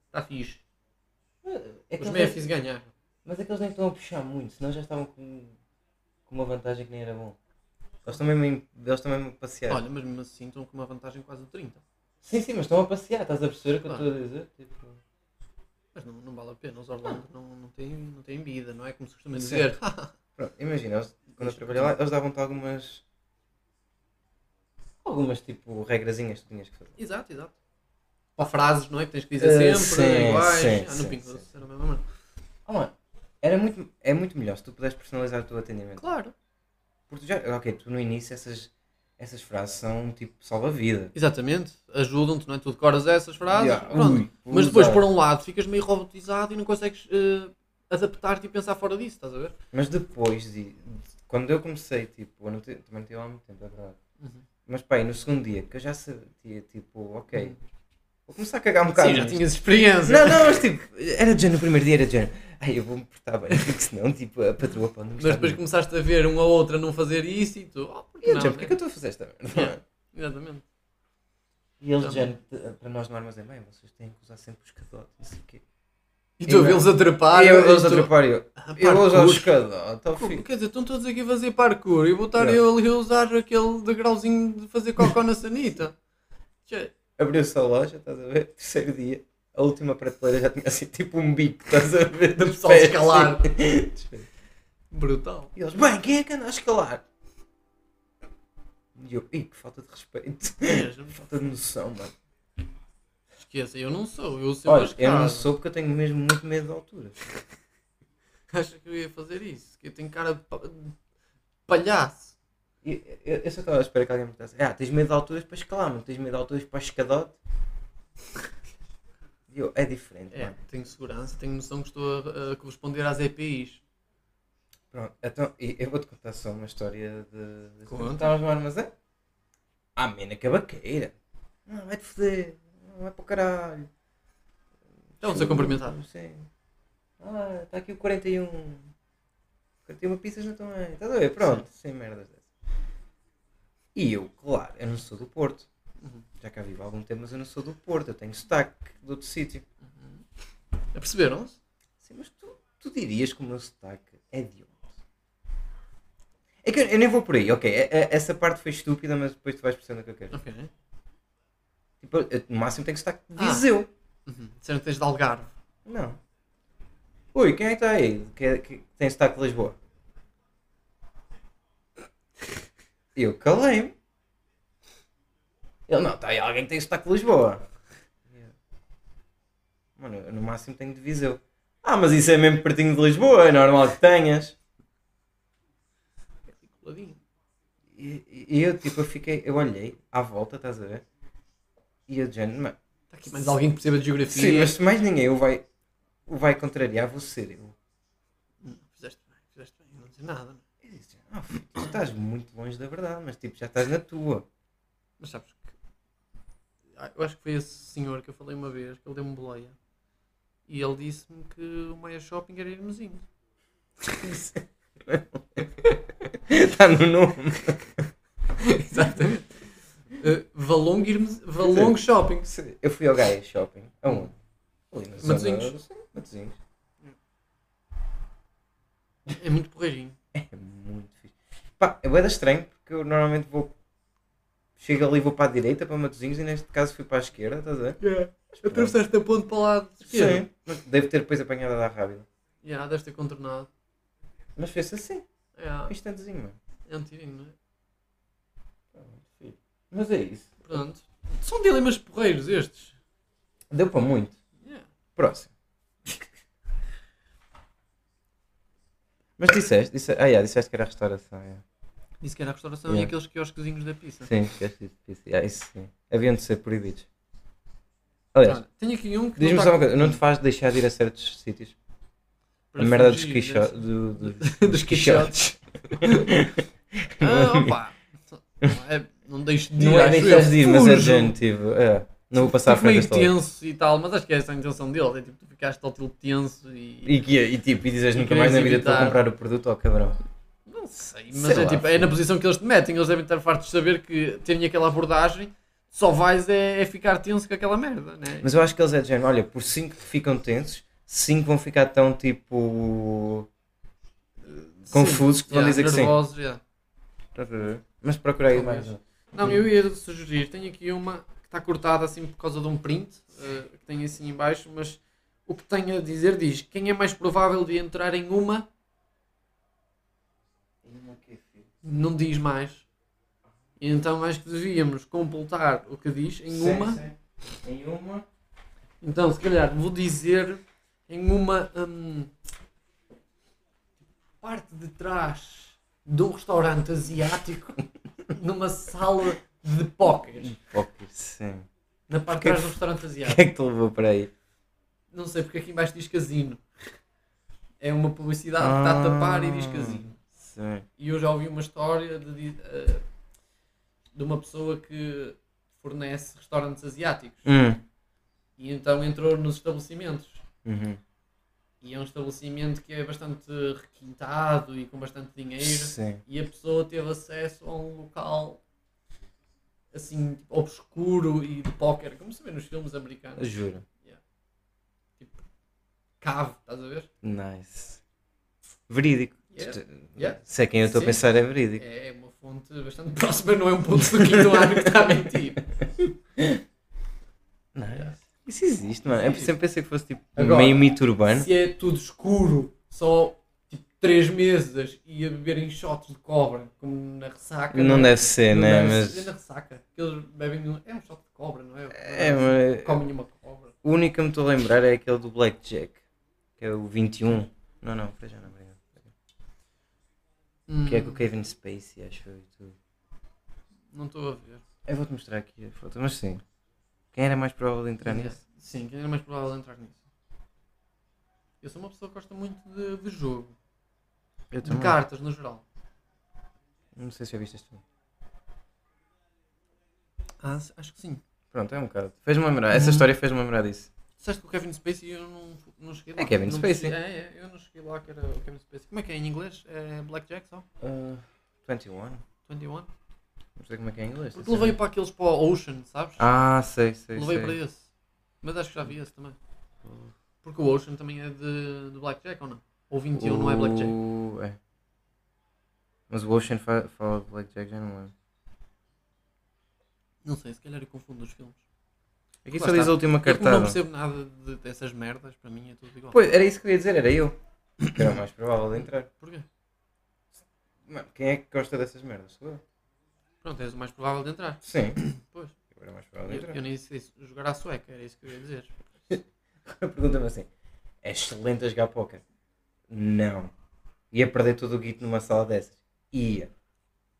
Está fixe.
É que
Os
eles
Memphis ganharam.
Mas é que eles nem estão a puxar muito, senão já estavam com, com uma vantagem que nem era bom. Eles estão mesmo, em- eles estão mesmo a passear.
Olha, mas mesmo assim estão com uma vantagem quase de 30.
Sim, sim, mas estão a passear, estás a perceber o que eu
Claro.
estou a dizer? Tipo,
Mas não, não vale a pena, os Orlando não, não, têm, não têm vida, não é como se costuma
Sim.
dizer.
pronto, imagina, eles- quando eu
Deixa-
trabalhei lá, eles davam-te algumas. algumas, tipo, regrazinhas que tu tinhas que fazer.
exato, exato. Ou frases, não é? Que tens que
Eh,
dizer sempre,
sim,
iguais.
sim,
ah,
sim,
no Pingo
sim.
Doce era a mesma merda.
Oh, mano, era muito, é muito melhor se tu puderes personalizar o teu atendimento.
Claro.
Porque tu já, ok, tu no início essas, essas frases são tipo salva-vida.
Exatamente. Ajudam-te, não é? Tu decoras essas frases.
Yeah,
pronto.
ui, vou
mas depois,
usar.
por um lado, ficas meio robotizado e não consegues eh, adaptar-te e pensar fora disso, estás a ver?
Mas depois, de, de- quando eu comecei, tipo, eu não te- também não tive há muito tempo, é verdade.
Uhum.
Mas pá, e no segundo dia, que eu já sabia, tipo, ok,
Uhum.
vou começar a cagar um bocado.
Sim, já
nisto.
tinhas experiência.
Não, não, mas tipo, era de género, no primeiro dia era de género. Ai, eu vou-me portar bem, porque senão, tipo, a patroa pode não
Mas
gostar de
depois
mim.
começaste a ver um ou outro a não fazer isso e tu, oh,
E
porque
eu
não?
de género, porquê
né?
é que eu estou a fazer esta merda? é?
Yeah. Exatamente.
E eles de
Também.
género, t- para nós no armazém, bem, vocês têm que usar sempre os cadotes, não sei o quê.
E tu a
Exato.
vê-los a trepar.
E eu
e
eles
tu-
a trepar e eu,
Ah,
eu vou usar os
parkour.
cadotes, ó,
Como-
filho.
Quer dizer, estão todos aqui a fazer parkour e vou estar
Yeah.
eu ali a usar aquele degrauzinho de fazer cocó na sanita. Che,
abriu-se a loja, estás a ver? Terceiro dia, a última prateleira já tinha assim tipo um bico, estás a ver?
Do
De
pessoal
pé,
escalar.
assim.
Brutal.
E eles, bem, quem é que anda a escalar? E eu, ih, que falta de respeito,
Mesmo.
falta de noção, mano.
Esqueça, eu não sou, eu sou
Olha,
mais
eu não
caro.
sou porque eu tenho mesmo muito medo de alturas.
Acha que eu ia fazer isso? Que eu tenho cara de pa- de palhaço.
E- Eu, eu só estava a esperar que alguém me dissesse, ah, tens medo de alturas para escalar, não tens medo de alturas para escadote? E eu, é diferente,
É,
mano.
tenho segurança, tenho noção que estou a, a corresponder às EPIs.
Pronto, então e- eu vou-te contar só uma história de.
Conta.
Estavas no armazém? é? Ah, mina cabaqueira. Não, vai-te foder. Não, vai para o caralho.
Então, se a cumprimentar.
Não sei. Ah, está aqui o 41. 41 pizzas não estão aí. Estás a ver? Pronto, sem merdas dessas. E eu, claro, eu não sou do Porto.
Uhum.
já cá vivo há algum tempo, mas eu não sou do Porto, eu tenho sotaque de outro sítio.
Perceberam-se?
Sim, mas tu, tu dirias que o meu sotaque é de onde? É que eu, eu nem vou por aí, ok. é- é- essa parte foi estúpida, mas depois tu vais percebendo o que eu quero.
Ok.
Tipo, eu, no máximo tenho sotaque de
Ah.
Viseu.
Uhum. Disseram que tens de Algarve.
Não. Ui, quem é que está aí? Que, é- que tem sotaque de Lisboa? Eu calei-me. Ele, não, está aí alguém que tem sotaque de Lisboa. Mano, eu no máximo tenho de Viseu. Ah, mas isso é mesmo pertinho de Lisboa, é normal que tenhas.
É, Coladinho.
E, e- e eu, tipo, eu fiquei, eu olhei à volta, estás a ver? E eu, de género, mano,
Está aqui mais alguém que perceba de geografia.
sim, mas se mais ninguém o vai, o vai contrariar, vou ser eu.
Não, Hum, fizeste bem, fizeste bem. Não dizer nada. não é?
Eu disse, "Ah, filho, tu estás muito longe da verdade, mas tipo, já estás na tua.
Mas sabes que. Ah, Eu acho que foi esse senhor que eu falei uma vez, que ele deu-me boleia. E ele disse-me que o Maia Shopping era irmozinho.
Está Tá no nome.
Exatamente. Uh, Valongo, Irmes- Valongo Shopping.
Eu fui ao Gaia Shopping. Aonde? Ali na zona-
Matosinhos.
Sim, Matosinhos.
É muito porreirinho.
É muito fixe. Pá, é bem estranho porque eu normalmente vou. Chego ali e vou para a direita, para Matosinhos, e neste caso fui para a esquerda, estás a ver?
Yeah. Atravessaste a ponte para o lado esquerdo.
Sim. Mas devo ter depois apanhado a dar rápido.
Yeah, deves ter contornado.
Mas fez-se assim, um
Yeah.
instantezinho, mano.
É um tirinho, não é?
Pá, muito fixe. Mas é isso.
Pronto. São dilemas porreiros estes.
Deu para muito.
Yeah.
Próximo. Mas disseste, disse, ah, yeah, disseste que era restauração. yeah.
Disse que era a restauração e
Yeah.
aqueles quiosquezinhos da pizza.
Sim, esqueci de dizer. Yeah, isso sim. Haviam de ser proibidos. Aliás,
Olha, tenho aqui um que.
diz-me
não
só
tá
uma coisa: não te
com-
faz deixar de ir a certos sítios?
para
a merda dos,
fugir
quixo,
desse-
do, do-
dos quixotes. ah, opa. Não, é, não deixo de ir.
Não é
acho eu,
deixar de ir, mas é
fujo.
gente, tipo, é, não vou passar à
Fico meio
frente desta loja.
tenso e tal, mas acho que essa é a intenção dele. É tipo, tu ficaste ao teu tenso e.
E, que, e tipo, e dizes
E
nunca mais na
queres
vida te vou
evitar.
comprar o produto ao cabrão.
Não sei,
Sei
mas é
lá,
tipo, é
filho.
na posição que eles te metem. Eles devem estar fartos de saber que terem aquela abordagem. Só vais é, é ficar tenso com aquela merda, né?
Mas eu acho que eles é de género, olha, por 5 que ficam tensos, 5 vão ficar tão tipo. confusos que vão dizer que sim.
que sim.
Mas procurei
Talvez.
mais. um.
Não, eu ia sugerir, tenho aqui uma que está cortada assim por causa de um print, eh, que tem assim em baixo, mas o que tem a dizer diz quem é mais provável de entrar em uma,
é
não diz mais. E então acho que devíamos completar o que diz em
Sim,
uma.
sim. Em uma.
Então se calhar vou dizer em uma hum, parte de trás de um restaurante asiático numa sala de póqueres.
Ok, sim.
Na parte de
Porquê
trás
que-
do restaurante asiático.
O que é que te levou para aí?
Não sei porque aqui em baixo diz casino. É uma publicidade que está a
Ah.
tapar e diz casino.
Sim.
E eu já ouvi uma história de, de, eh, de uma pessoa que fornece restaurantes asiáticos.
Hum,
E então entrou nos estabelecimentos.
Uhum.
E é um estabelecimento que é bastante requintado e com bastante dinheiro.
Sim.
E a pessoa teve acesso a um local assim tipo, obscuro e de póquer, como se vê nos filmes americanos.
Juro.
Cave, estás a ver?
Nice. Verídico.
Yeah.
Tu-
Yeah.
Se é quem eu estou a
Sim.
pensar é verídico.
É uma fonte bastante próxima, não é um ponto do quinto ano que está a mentir.
Nice.
Yeah.
Isso existe, mano. Eu
Existe.
sempre pensei que fosse tipo
Agora,
meio mito urbano.
Se é tudo escuro, só tipo 3 mesas e a beberem shots de cobra, como na ressaca.
Não
é?
deve ser,
Não
né?
deve
Mas.
ser na ressaca. que Eles bebem um. É um shot de cobra, não é?
É, mas-
Comem uma cobra.
O único que eu me estou a lembrar é aquele do Blackjack. Que é o 21. Não, não, para já não, obrigado. Que é com o Kevin Spacey, acho eu e tudo.
Hum, Não estou a ver.
Eu vou-te mostrar aqui a foto, mas sim. Quem era mais provável de entrar nisso?
Sim, quem era mais provável de entrar nisso? Eu sou uma pessoa que gosta muito de, de jogo,
Eu
de cartas no geral.
Não sei se já viste isto.
Ah, acho que sim.
Pronto, é um bocado. Fez-me lembrar, essa história fez-me lembrar disso.
Disseste que o Kevin Spacey eu não, não cheguei lá.
É Kevin
Não
Spacey.
percebi- É, é, eu não cheguei lá que era o Ah. Kevin Spacey. Como é que é em inglês? É Blackjack só?
Uh, 21?
21?
Não sei como é que é em inglês.
Porque levei para aqueles para o Ocean, sabes?
Ah, sei, sei.
levei
sei.
para esse. Mas acho que já vi esse também. Porque o Ocean também é de, de Blackjack ou não? Ou 21 não é Blackjack.
O- é. Mas o Ocean fa- fala de Blackjack, já não lembro.
Não sei, se calhar eu confundo os filmes.
Aqui
Lá
só diz
está. É
a última
Eu como não
cartada.
percebo nada de- dessas merdas, para mim é tudo igual.
Pois, era isso que eu ia dizer, era eu. Que era o mais provável de entrar.
Porquê?
Mano, quem é que gosta dessas merdas? Sou eu.
Pronto, és o mais provável de entrar.
Sim.
Pois.
Eu era mais provável de
Eu,
entrar.
eu nem sei se jogar à sueca, era isso que eu ia dizer.
Pergunta-me assim: é excelente a jogar póquer? Não. Ia perder todo o guito numa sala dessas? Ia.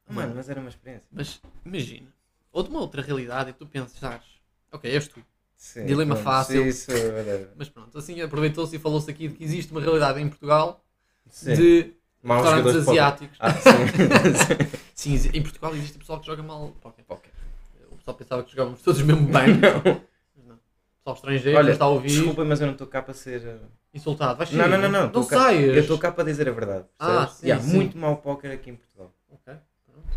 Mano, mas era uma experiência.
Mas imagina, ou de uma outra realidade e tu pensares, ok, és tu.
Sim,
Dilema
pronto.
fácil.
Sim, Isso, whatever.
Mas pronto, assim aproveitou-se e falou-se aqui de que existe uma realidade em Portugal
Sim.
de
Maus
restaurantes
jogadores
asiáticos.
de póquer. Ah, sim.
Sim, exi- em Portugal existe pessoal que joga mal póquer.
Póquer.
O pessoal pensava que jogávamos todos mesmo bem.
Não.
Mas não. O pessoal estrangeiro
Olha,
Olha, está a ouvir,
Desculpa, mas eu não estou cá para ser. uh,
insultado. Vai
Não, não, não, não.
Não,
Estou cá-
saias.
Eu estou cá para dizer a verdade.
Ah,
percebes?
sim,
E há
sim.
muito mau póquer aqui em Portugal.
Ok, pronto.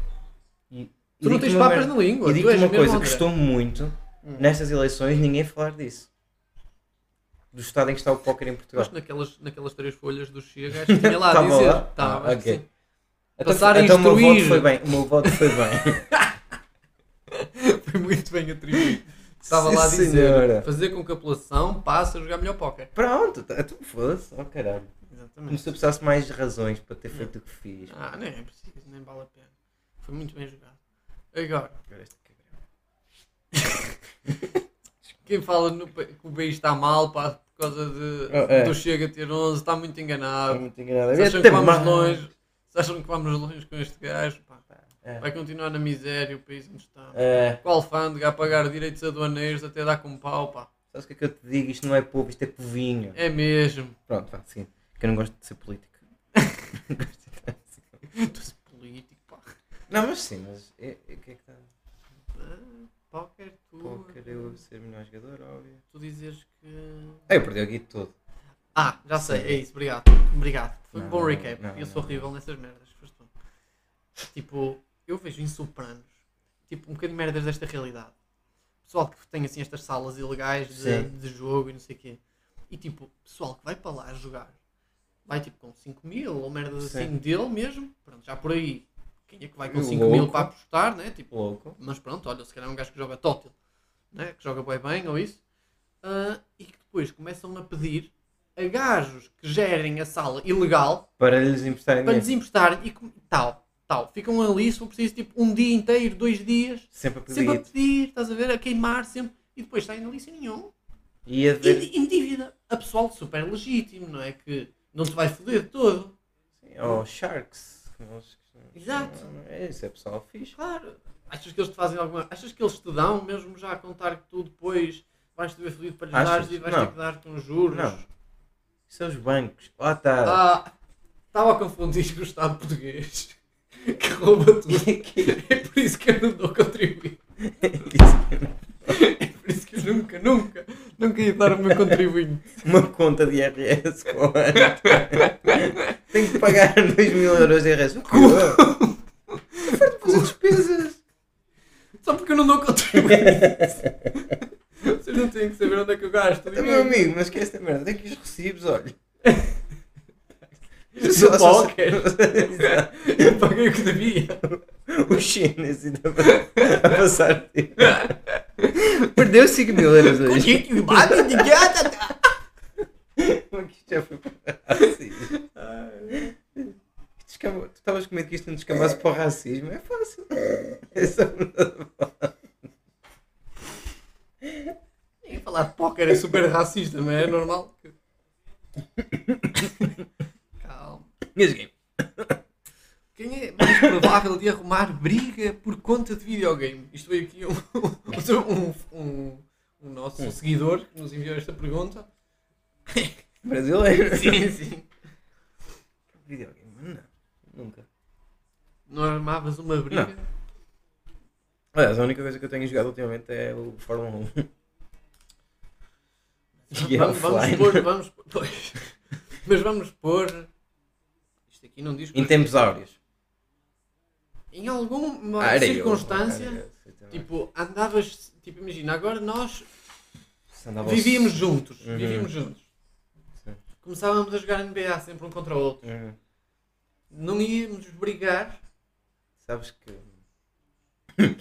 E-
Tu não
e digo-te
tens
uma
papas
merda.
na língua.
E
tu
digo-te
és
uma
mesmo
coisa,
André.
custou-me muito
Hum.
nestas eleições ninguém falar disso. Do estado em que está o póquer em Portugal.
Mas naquelas, naquelas três folhas do Chega, acho que tinha lá a
Estava
dizer.
lá?
Tá,
Ah,
acho que
ok.
sim.
Então-
Passar a
então, o meu voto
instruir.
foi bem. O meu voto foi bem.
Foi muito bem atribuído. Estava lá a
Sim,
dizer,
senhora.
fazer com que a população passe a jogar melhor póquer.
Pronto, tá- tu fosse. Oh caralho. Como se
Exatamente.
eu precisasse mais de razões para ter feito o que fiz.
Ah, nem é preciso, nem vale a pena. Foi muito bem jogado. Agora,
Agora este cabrão.
quem fala no pa- que o país está mal pá, por causa de,
Oh, é.
do Chega ter 11 está muito
Estou
enganado.
é muito enganado.
Ah, Se acham
Até
que vamos
mais.
longe, se acham que vamos longe com este gajo, pá,
É.
vai continuar na miséria o país onde está.
É.
Com a alfândega a pagar direitos aduaneiros até dar com pau, pá.
Sabes o que é que eu te digo? Isto não é povo, isto é povinho.
É mesmo.
Pronto, vá, seguinte. Que eu não gosto de ser político.
Estou-se político, pá.
Não, mas sim, mas é- é- o que é que está?
Ah, Póquer, tu.
Póquer, eu ser melhor jogador, óbvio.
Tu dizes que.
Ah, eu perdi o guito todo.
Ah, já sei, é isso, obrigado. Obrigado. Foi um
Não,
bom recap.
não,
eu sou
não.
horrível nessas merdas. foste tu. Tipo, eu vejo em sopranos, tipo, um bocadinho merdas desta realidade. Pessoal que tem assim estas salas ilegais de,
Sim.
de jogo e não sei o quê. E tipo, pessoal que vai para lá jogar, vai tipo com 5 mil ou merdas
Sim.
assim dele mesmo. Pronto, já por aí. Quem é que vai com
Louco.
5 mil para apostar, né? Tipo,
Louco.
mas pronto, olha, se calhar é um gajo que joga tótil, né? que joga bem bem ou isso, Ah, e que depois começam a pedir a gajos que gerem a sala ilegal
Para lhes emprestarem
para
dinheiro.
lhes emprestarem e com- tal, tal. Ficam ali, se for preciso, tipo um dia inteiro, dois dias,
Sempre a pedir
sempre a
guito.
pedir, estás a ver, a queimar sempre, e depois saem ali sem nenhum.
E
E
a ver.
de- em dívida, a pessoal super legítimo, não é? Que não te vai foder de todo.
Oh, Sharks. como eles costumam-
Exato.
É isso, é pessoal fixe.
Claro. Achas que eles te fazem alguma. Achas que eles te dão, mesmo já a contar que tu depois vais-te ver fodido para lhes
Achas?
dares e vais
Não.
ter que dar-te uns juros?
Não. Isso é os bancos. tá. Lá está.
Ah, estava a confundir com o Estado português que rouba tudo. É por isso que eu não dou contribuir. É por isso que eu nunca, nunca, nunca ia dar o meu contribuinte.
Uma conta de IRS com Tenho que pagar 2 mil euros de IRS. O quê? Foi depois as despesas.
Só porque eu não dou contribuinte. Vocês não têm que saber onde é que eu gasto. o
Tá, meu
dinheiro.
amigo, mas que esta merda, tem aqui os recibos, olha.
Do póquer. Eu paguei o que devia.
Os chineses ainda a passar. Perdeu 5 mil euros hoje.
Gente, bate de gata.
Isto já foi para racismo. Isto descambou- Tu estavas com medo que isto não descambasse para o racismo? É fácil. É só
E falar de póquer é super racista, não é? É normal. Calma.
Mesmo.
Quem é mais provável de arrumar briga por conta de videogame? Isto veio aqui um, um, um, um nosso seguidor que nos enviou esta pergunta.
Brasileiro.
Sim, sim.
Videogame, não. Nunca.
Não armavas uma briga?
Aliás, a única coisa que eu tenho jogado ultimamente é o Fórmula 1. E
Vamos, vamos
offline.
pôr, vamos pôr. Pois. Mas vamos pôr. Isto aqui não diz.
Em tempos áureos.
Em alguma
Ah, Era eu,
circunstância,
era eu, exatamente.
tipo, andavas. Tipo, imagina, agora nós
Se andava-
vivíamos juntos.
Tá Uhum.
Vivíamos juntos.
Sim.
Começávamos a jogar NBA sempre um contra o outro.
Uhum.
Não íamos brigar.
Sabes que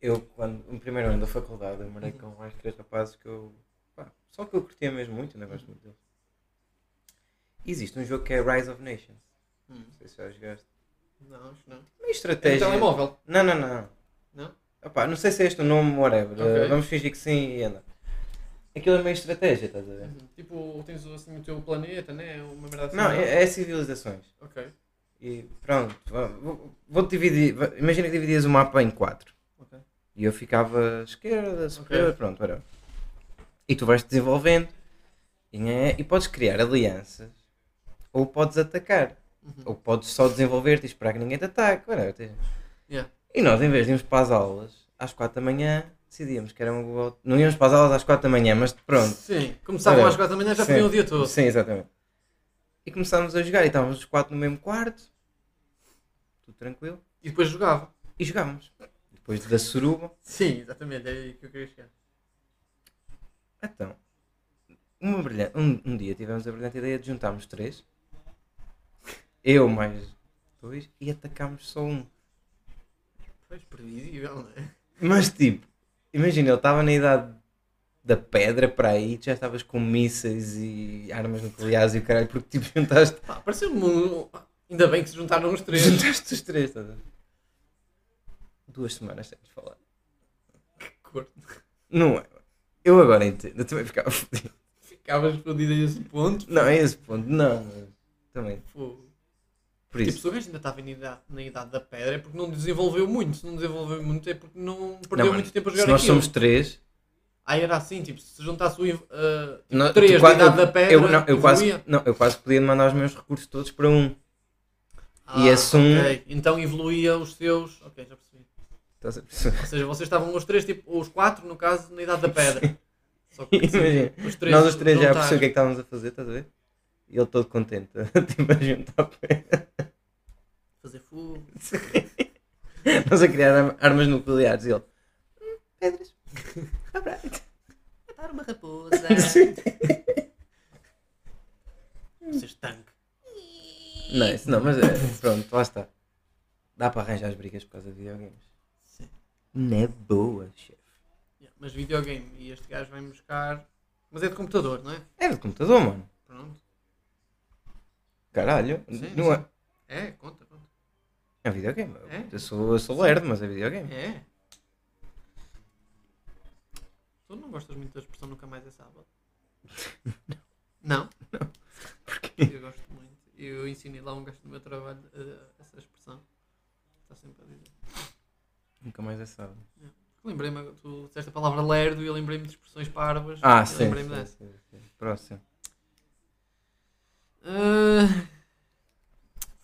eu, quando, no primeiro ano da faculdade, eu morei com mais três rapazes que eu. Pá, só que eu curtia mesmo muito, eu não gosto muito deles. Existe um jogo que é Rise of Nations.
Hum.
Não sei se já jogaste.
Não, acho que não.
Uma
É um
estratégia.
telemóvel.
não, não, não.
Não?
Opá, não sei se é este o nome, whatever.
Ok.
Eh, Vamos fingir que sim e anda. Aquilo é uma estratégia, estás a ver?
Uhum. Tipo, tens assim, o teu planeta, né? Uma merda assim.
Não, é, é civilizações.
Ok,
E pronto, vá, vou- vou-te dividir. vá- Imagina que dividias o mapa em quatro.
ok.
E eu ficava à esquerda, superior, pronto, whatever. E tu vais desenvolvendo e, né, e podes criar alianças, ou podes atacar,
Uhum.
ou podes só desenvolver-te e esperar que ninguém te ataque, whatever. tens-
Yeah.
E nós, em vez de irmos para as aulas, às quatro da manhã, decidíamos que era uma boa. Não íamos para as aulas às quatro da manhã, mas pronto.
Sim, começavam
Olha,
às quatro da manhã, já
sim.
podiam o dia todo.
Sim, exatamente. E começámos a jogar e estávamos os quatro no mesmo quarto, tudo tranquilo,
E depois jogava.
e jogámos. Depois da suruba.
Sim, exatamente, é aí que eu queria chegar.
Então, uma brilha- um, um dia tivemos a brilhante ideia de juntarmos três, eu mais dois, e atacámos só um.
Pois, previsível, não é?
Mas tipo, imagina, ele estava na idade da pedra para aí, tu já estavas com mísseis e armas nucleares e o caralho, porque tipo, juntaste,
Pá, pareceu-me um... Ainda bem que se juntaram os três.
juntaste os três. estás a ver? Duas semanas tens de falar.
Que cor.
Não é? Eu agora entendo, eu também ficava fodido.
Ficavas fodido a esse ponto.
Não, é esse ponto, não. mas Também,
Fogo.
por
Tipo,
isso.
se o gajo ainda estava na idade, na idade da pedra é porque não desenvolveu muito. Se não desenvolveu muito é porque não perdeu
Não, mano,
muito tempo a
se
jogar
nós
aquilo.
somos três,
Ah, era assim, tipo, se juntasse o... inv- ah,
Não,
Três
tu
da idade da pedra,
Eu, não, eu quase,
evoluía.
não, eu quase podia mandar os meus recursos todos para um. E
ah,
esse um-
ok. Então evoluía os seus... Ok, já percebi.
Estás a perceber?
Ou seja, vocês estavam os três, tipo, os quatro, no caso, na idade da pedra. Só que tipo,
Imagina,
os três
Nós os três já
juntaram.
percebemos o que é que estávamos a fazer, estás a ver? E ele todo contente, tipo a juntar pedra.
Fazer fogo.
Nós a criar ar- armas nucleares e ele. "Hum, Pedras.
Matar uma raposa. Vocês tanque.
Não, isso não, mas é, pronto, lá está. Dá para arranjar as brigas por causa de videogames.
Sim.
Não é boa, chefe.
Yeah, mas videogame. E este gajo vem buscar. Mas é de computador, não é?
Era de computador, mano.
Pronto.
Caralho.
Sim,
não
sim.
é.
É, conta, conta.
É videogame.
É?
Eu sou, eu sou lerdo, mas é videogame.
É. Tu não gostas muito da expressão nunca mais é sábado? Não. Não?
Porquê?
Eu gosto muito. Eu ensinei lá um gajo do meu trabalho eh, essa expressão. Está sempre a dizer.
Nunca mais é sábado.
Lembrei-me, tu disseste a palavra lerdo e eu lembrei-me de expressões parvas.
Ah,
Eu
sim.
Lembrei-me
sim,
dessa.
sim, sim. Próximo.
Ah,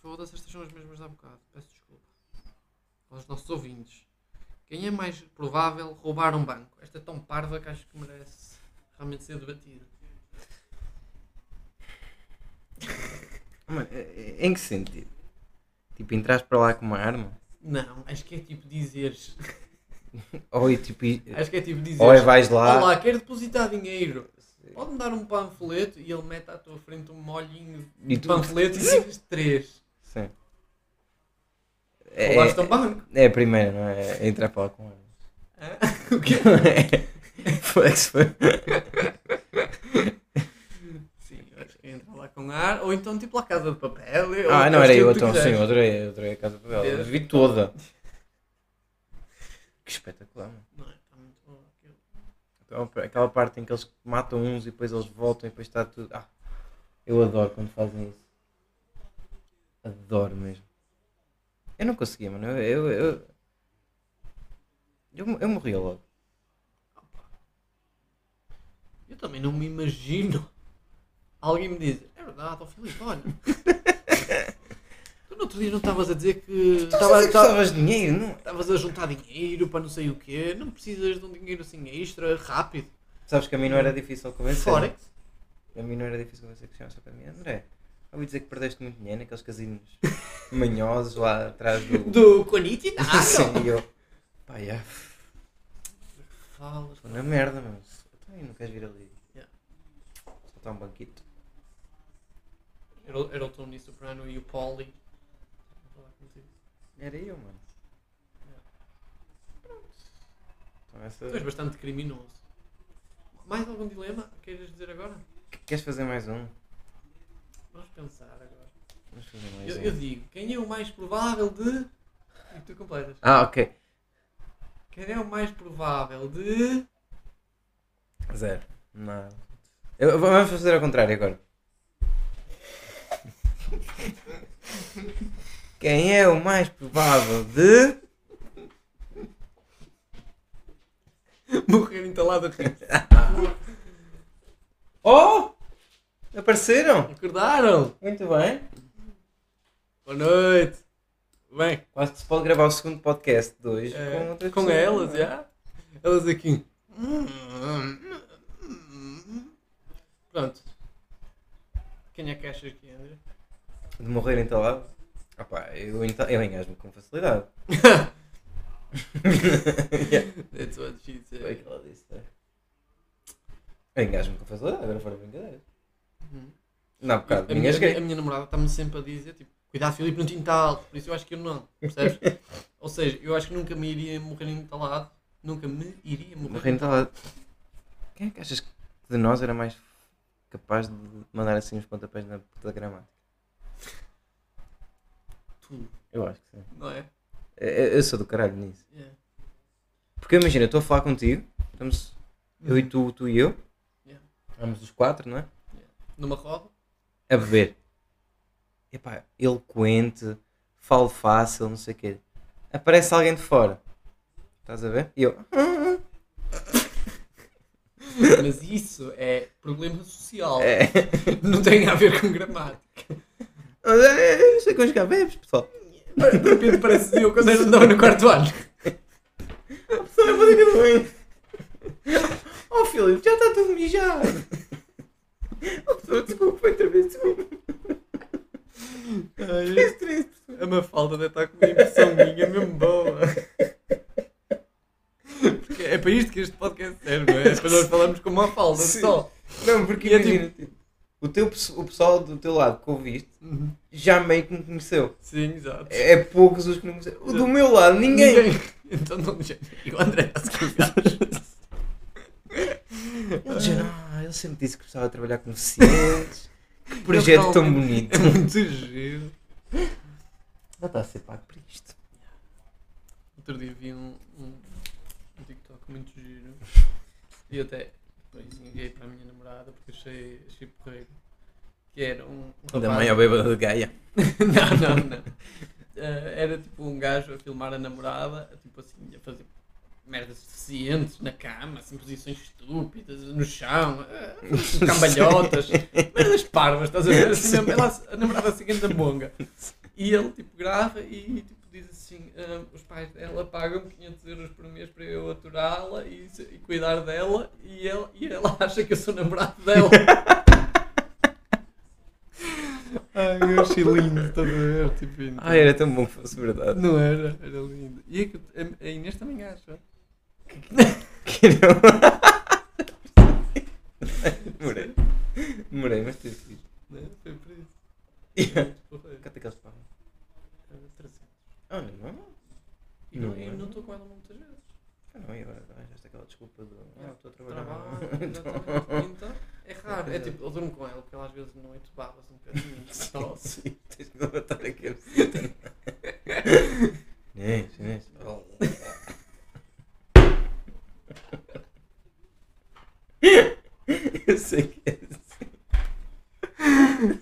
Foda-se, estas são as mesmas há um bocado. Peço desculpa. Aos nossos ouvintes. Quem é mais provável roubar um banco? Esta é tão parva que acho que merece realmente ser debatida.
Mano, eh, em que sentido? Tipo, entras para lá com uma arma?
Não, acho que é tipo dizeres.
Ou, e, tipo, e-
Acho que é tipo dizeres.
ou é vais lá?
Olá, quero depositar dinheiro. Pode-me dar um panfleto e ele mete à tua frente um molhinho
E
de
tu-
panfleto e dizes três.
Sim. É,
Roubaste um banco.
é a primeira, não é? É entrar para lá com arma.
Hã?
O quê? Foi que se foi.
Sim, eu acho que entra lá com ar. Ou então tipo lá Casa de Papel. ou
Ah, não,
aqueles
era
que
eu,
tu
então, sim,
quiseres.
eu adorei, eu adorei a Casa de Papel. Eu vi toda. Que espetacular, mano.
Não é? Está muito bom aquilo.
Então, Aquela parte em que eles matam uns e depois eles voltam e depois está tudo. Ah, eu adoro quando fazem isso. Adoro mesmo. Eu não conseguia, mano. Eu. Eu, eu, eu, eu morria logo.
Eu também não me imagino. Alguém me diz, é verdade, ó Filipe, olha. tu no outro dia não estavas a dizer que
Estavas
tava- tava-
de dinheiro, não? é?
estavas a juntar dinheiro para não sei o quê. Não precisas de um dinheiro assim extra, rápido.
Sabes que a mim não era difícil convencer.
Forex.
A mim não era difícil convencer que chegasse para mim. André, ouvi dizer que perdeste muito dinheiro naqueles casinos manhosos lá atrás
Do
do.
Ah, então. Coniti? Não.
Sim, e eu. Pá, já,
Falas,
estou na merda, mas. Ai, não queres vir ali?
Yeah.
Só está um banquito.
Era, o- era o Tony Soprano e o Polly.
Era eu, mano. Então, essa-
Tu és bastante criminoso. Mais algum dilema que queiras dizer agora?
Queres fazer mais um?
Vamos pensar agora.
Vamos fazer mais
Eu,
um.
eu digo, quem é o mais provável de. E tu completas.
Ah, ok.
Quem é o mais provável de.
Zero. Não. Eu- vamos fazer ao contrário agora. Quem é o mais provável de.
morrer entalado a rir?
Oh! Apareceram!
Acordaram?
Muito bem.
Boa noite! Bem,
Quase que se pode gravar o segundo podcast de hoje
eh,
com outras
com
pessoas,
elas,
não é?
já? Elas aqui. Pronto. Quem é que achas que é, André?
De morrer entalado. Opá, eu, enta- eu engasmo com facilidade. yeah.
That's what she
Foi
said.
aquilo que ela disse, né? Eu engasmo com facilidade, agora fora de brincadeira.
Uhum.
Não, um
A
bocado, me
minha, a
engasguei.
minha- a minha namorada está-me sempre a dizer, tipo, cuidado Filipe, não te entales, por isso eu acho que eu não, percebes? Ou seja, eu acho que nunca me iria morrer entalado, nunca me iria morrer
Morrer entalado. Quem é que achas que de nós era mais capaz de mandar assim uns pontapés na puta da gramática?
tu,
Eu acho que sim.
não é?
Eu, eu sou do caralho nisso.
Yeah.
Porque imagina, eu estou a falar contigo, estamos eu e tu, tu e eu,
Yeah.
estamos os quatro, não é?
Numa roda,
A beber. Epá, eloquente, falo fácil, não sei o quê. Aparece alguém de fora. Estás a ver? E eu. "Ah,
mas isso é problema social,
É.
não tem a ver com gramática.
ah, Não sei quantos cá bebes, pessoal.
De repente parece eu quando eu andava no quarto ano.
Sabe fazer que doente. Oh, Filipe, já está tudo mijado. Oh, pessoa, desculpa, outra vez, desculpa.
Ai, a Mafalda deve estar com uma impressão minha mesmo boa. Porque é para isto que este podcast serve, não é? É para nós falarmos com Mafalda
Sim.
só.
Não, porque
E é tipo-
imagina, tipo, o, teu, pesso- o pessoal do teu lado que ouviste
Uhum.
já meio que me conheceu.
Sim, exato.
É, é poucos os que não conhecem. O do meu lado, ninguém.
Então não deixa. E o André está-se cagado.
Ele já, ah, ele sempre disse que gostava de trabalhar com cientes. que projeto tão bonito.
É muito giro.
Já está a ser pago por isto.
Outro dia vi um, um, um TikTok muito giro e eu até depois enviei para a minha namorada porque achei, achei porreiro. Que era um. um
Da
rapaz-
mãe é ao bêbado de Gaia.
não, não, não. Eh, era tipo um gajo a filmar a namorada, tipo assim, a fazer merdas deficientes na cama, assim, posições estúpidas, no chão, eh, cambalhotas, merdas parvas, estás a ver? Assim, mesmo, ela, a namorada assim da monga. E ele tipo grava e tipo diz assim: ah, os pais dela pagam 500 euros por mês para eu aturá-la e, se- e cuidar dela, e ela, e ela acha que eu sou namorado dela. Ai, eu achei lindo, estás a ver? Tipo, então-
Ah, era tão bom que fosse verdade.
Não era, era lindo. E é que a- a Inês também acha.
Que não. Demorei. Demorei, mas tens fixe.
Né? Foi por isso.
Yeah.
Porra,
Cata aqueles pau.
era 300.
Ah, não, não.
E não,
Não é?
eu não estou com ela muitas vezes. é?
Ah, não, e agora arranjaste aquela desculpa do. Ah, estou a trabalhar.
Trabalho,
Então-
exatamente. Então, é raro. É tipo, eu durmo com ela, porque ela às vezes de noite baba-se um bocadinho. Só assim.
Tens que levantar aqui a Inês, Inês. Eu sei que é assim.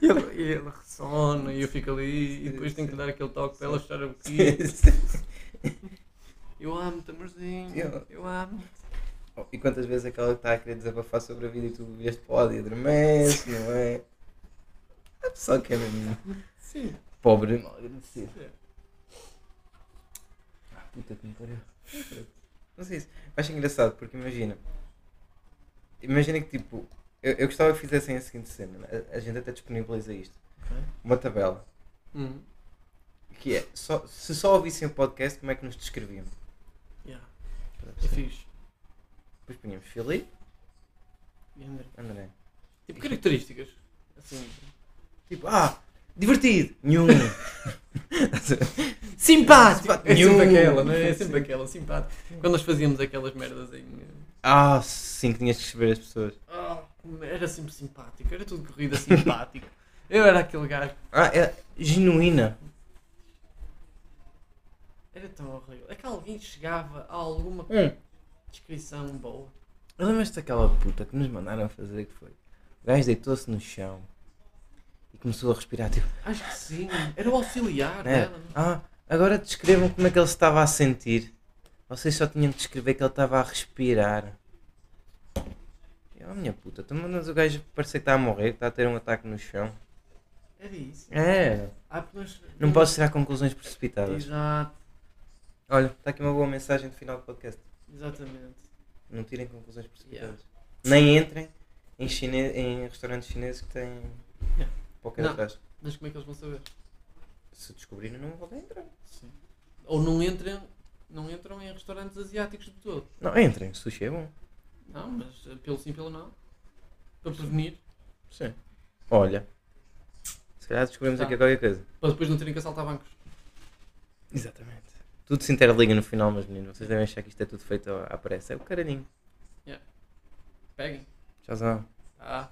E ela, e ela ressona, e eu fico ali, e depois tenho que lhe dar aquele toque para ela fechar o boquinho. Eu amo-te, amorzinho.
Eu-
Eu amo.
Oh, E quantas vezes aquela que está a querer desabafar sobre a vida e tu vieste para o lado e adormece, não é? A pessoa que é mesmo
Sim.
pobre e mal agradecida.
É.
Ah, puta que me pariu. Não sei isso. Acho engraçado porque imagina. Imagina que tipo. Eu, eu gostava que fizessem a seguinte cena. né? A, a gente até disponibiliza isto. Uma tabela.
Hum.
Que é, só- se só ouvissem o podcast, como é que nos descreviam?
Yeah. É fixe.
Depois punhamos Filipe,
E André.
André.
Tipo, características. Assim.
Tipo, ah, divertido. Nenhum.
Simpático! É
Nenhum.
sempre aquela, não é? É sempre aquela, simpático. Quando nós fazíamos aquelas merdas em.
ah, sim, que tinhas de descrever as pessoas.
Oh, era sempre simpático, era tudo corrida simpático. Eu era aquele gajo,
Ah, é genuína.
era tão horrível. É que alguém chegava a alguma
Hum.
descrição boa.
Lembras-te daquela puta que nos mandaram fazer que foi? O gajo deitou-se no chão e começou a respirar tipo.
Acho que sim, era o auxiliar
né?
dela. é?
Ah, agora descrevam como é que ele se estava a sentir. Vocês só tinham que descrever que ele estava a respirar. Eu, oh, minha puta, tu mandas o gajo parecer que está a morrer, que está a ter um ataque no chão.
Era isso.
É,
Ah, porque nós-
não posso tirar conclusões precipitadas.
Exato,
Olha, está aqui uma boa mensagem de final do podcast.
exatamente.
Não tirem conclusões precipitadas. Nem entrem em, chine- em restaurantes chineses que têm
Yeah.
qualquer
Não.
atrás.
Mas como é que eles vão saber?
Se descobrirem, não voltem a entrar.
Sim. Ou não entram, não entram em restaurantes asiáticos de todo.
Não, entrem, sushi é bom.
Não, mas eh, pelo sim, pelo não. Para prevenir.
Sim. Olha, se calhar descobrimos
Tá.
aqui qualquer coisa.
Para depois não terem que assaltar bancos.
Exatamente. Tudo se interliga no final, meus meninos. Vocês devem achar que isto é tudo feito à à pressa. É o caralhinho.
Peguem.
Tchauzão.
Ah.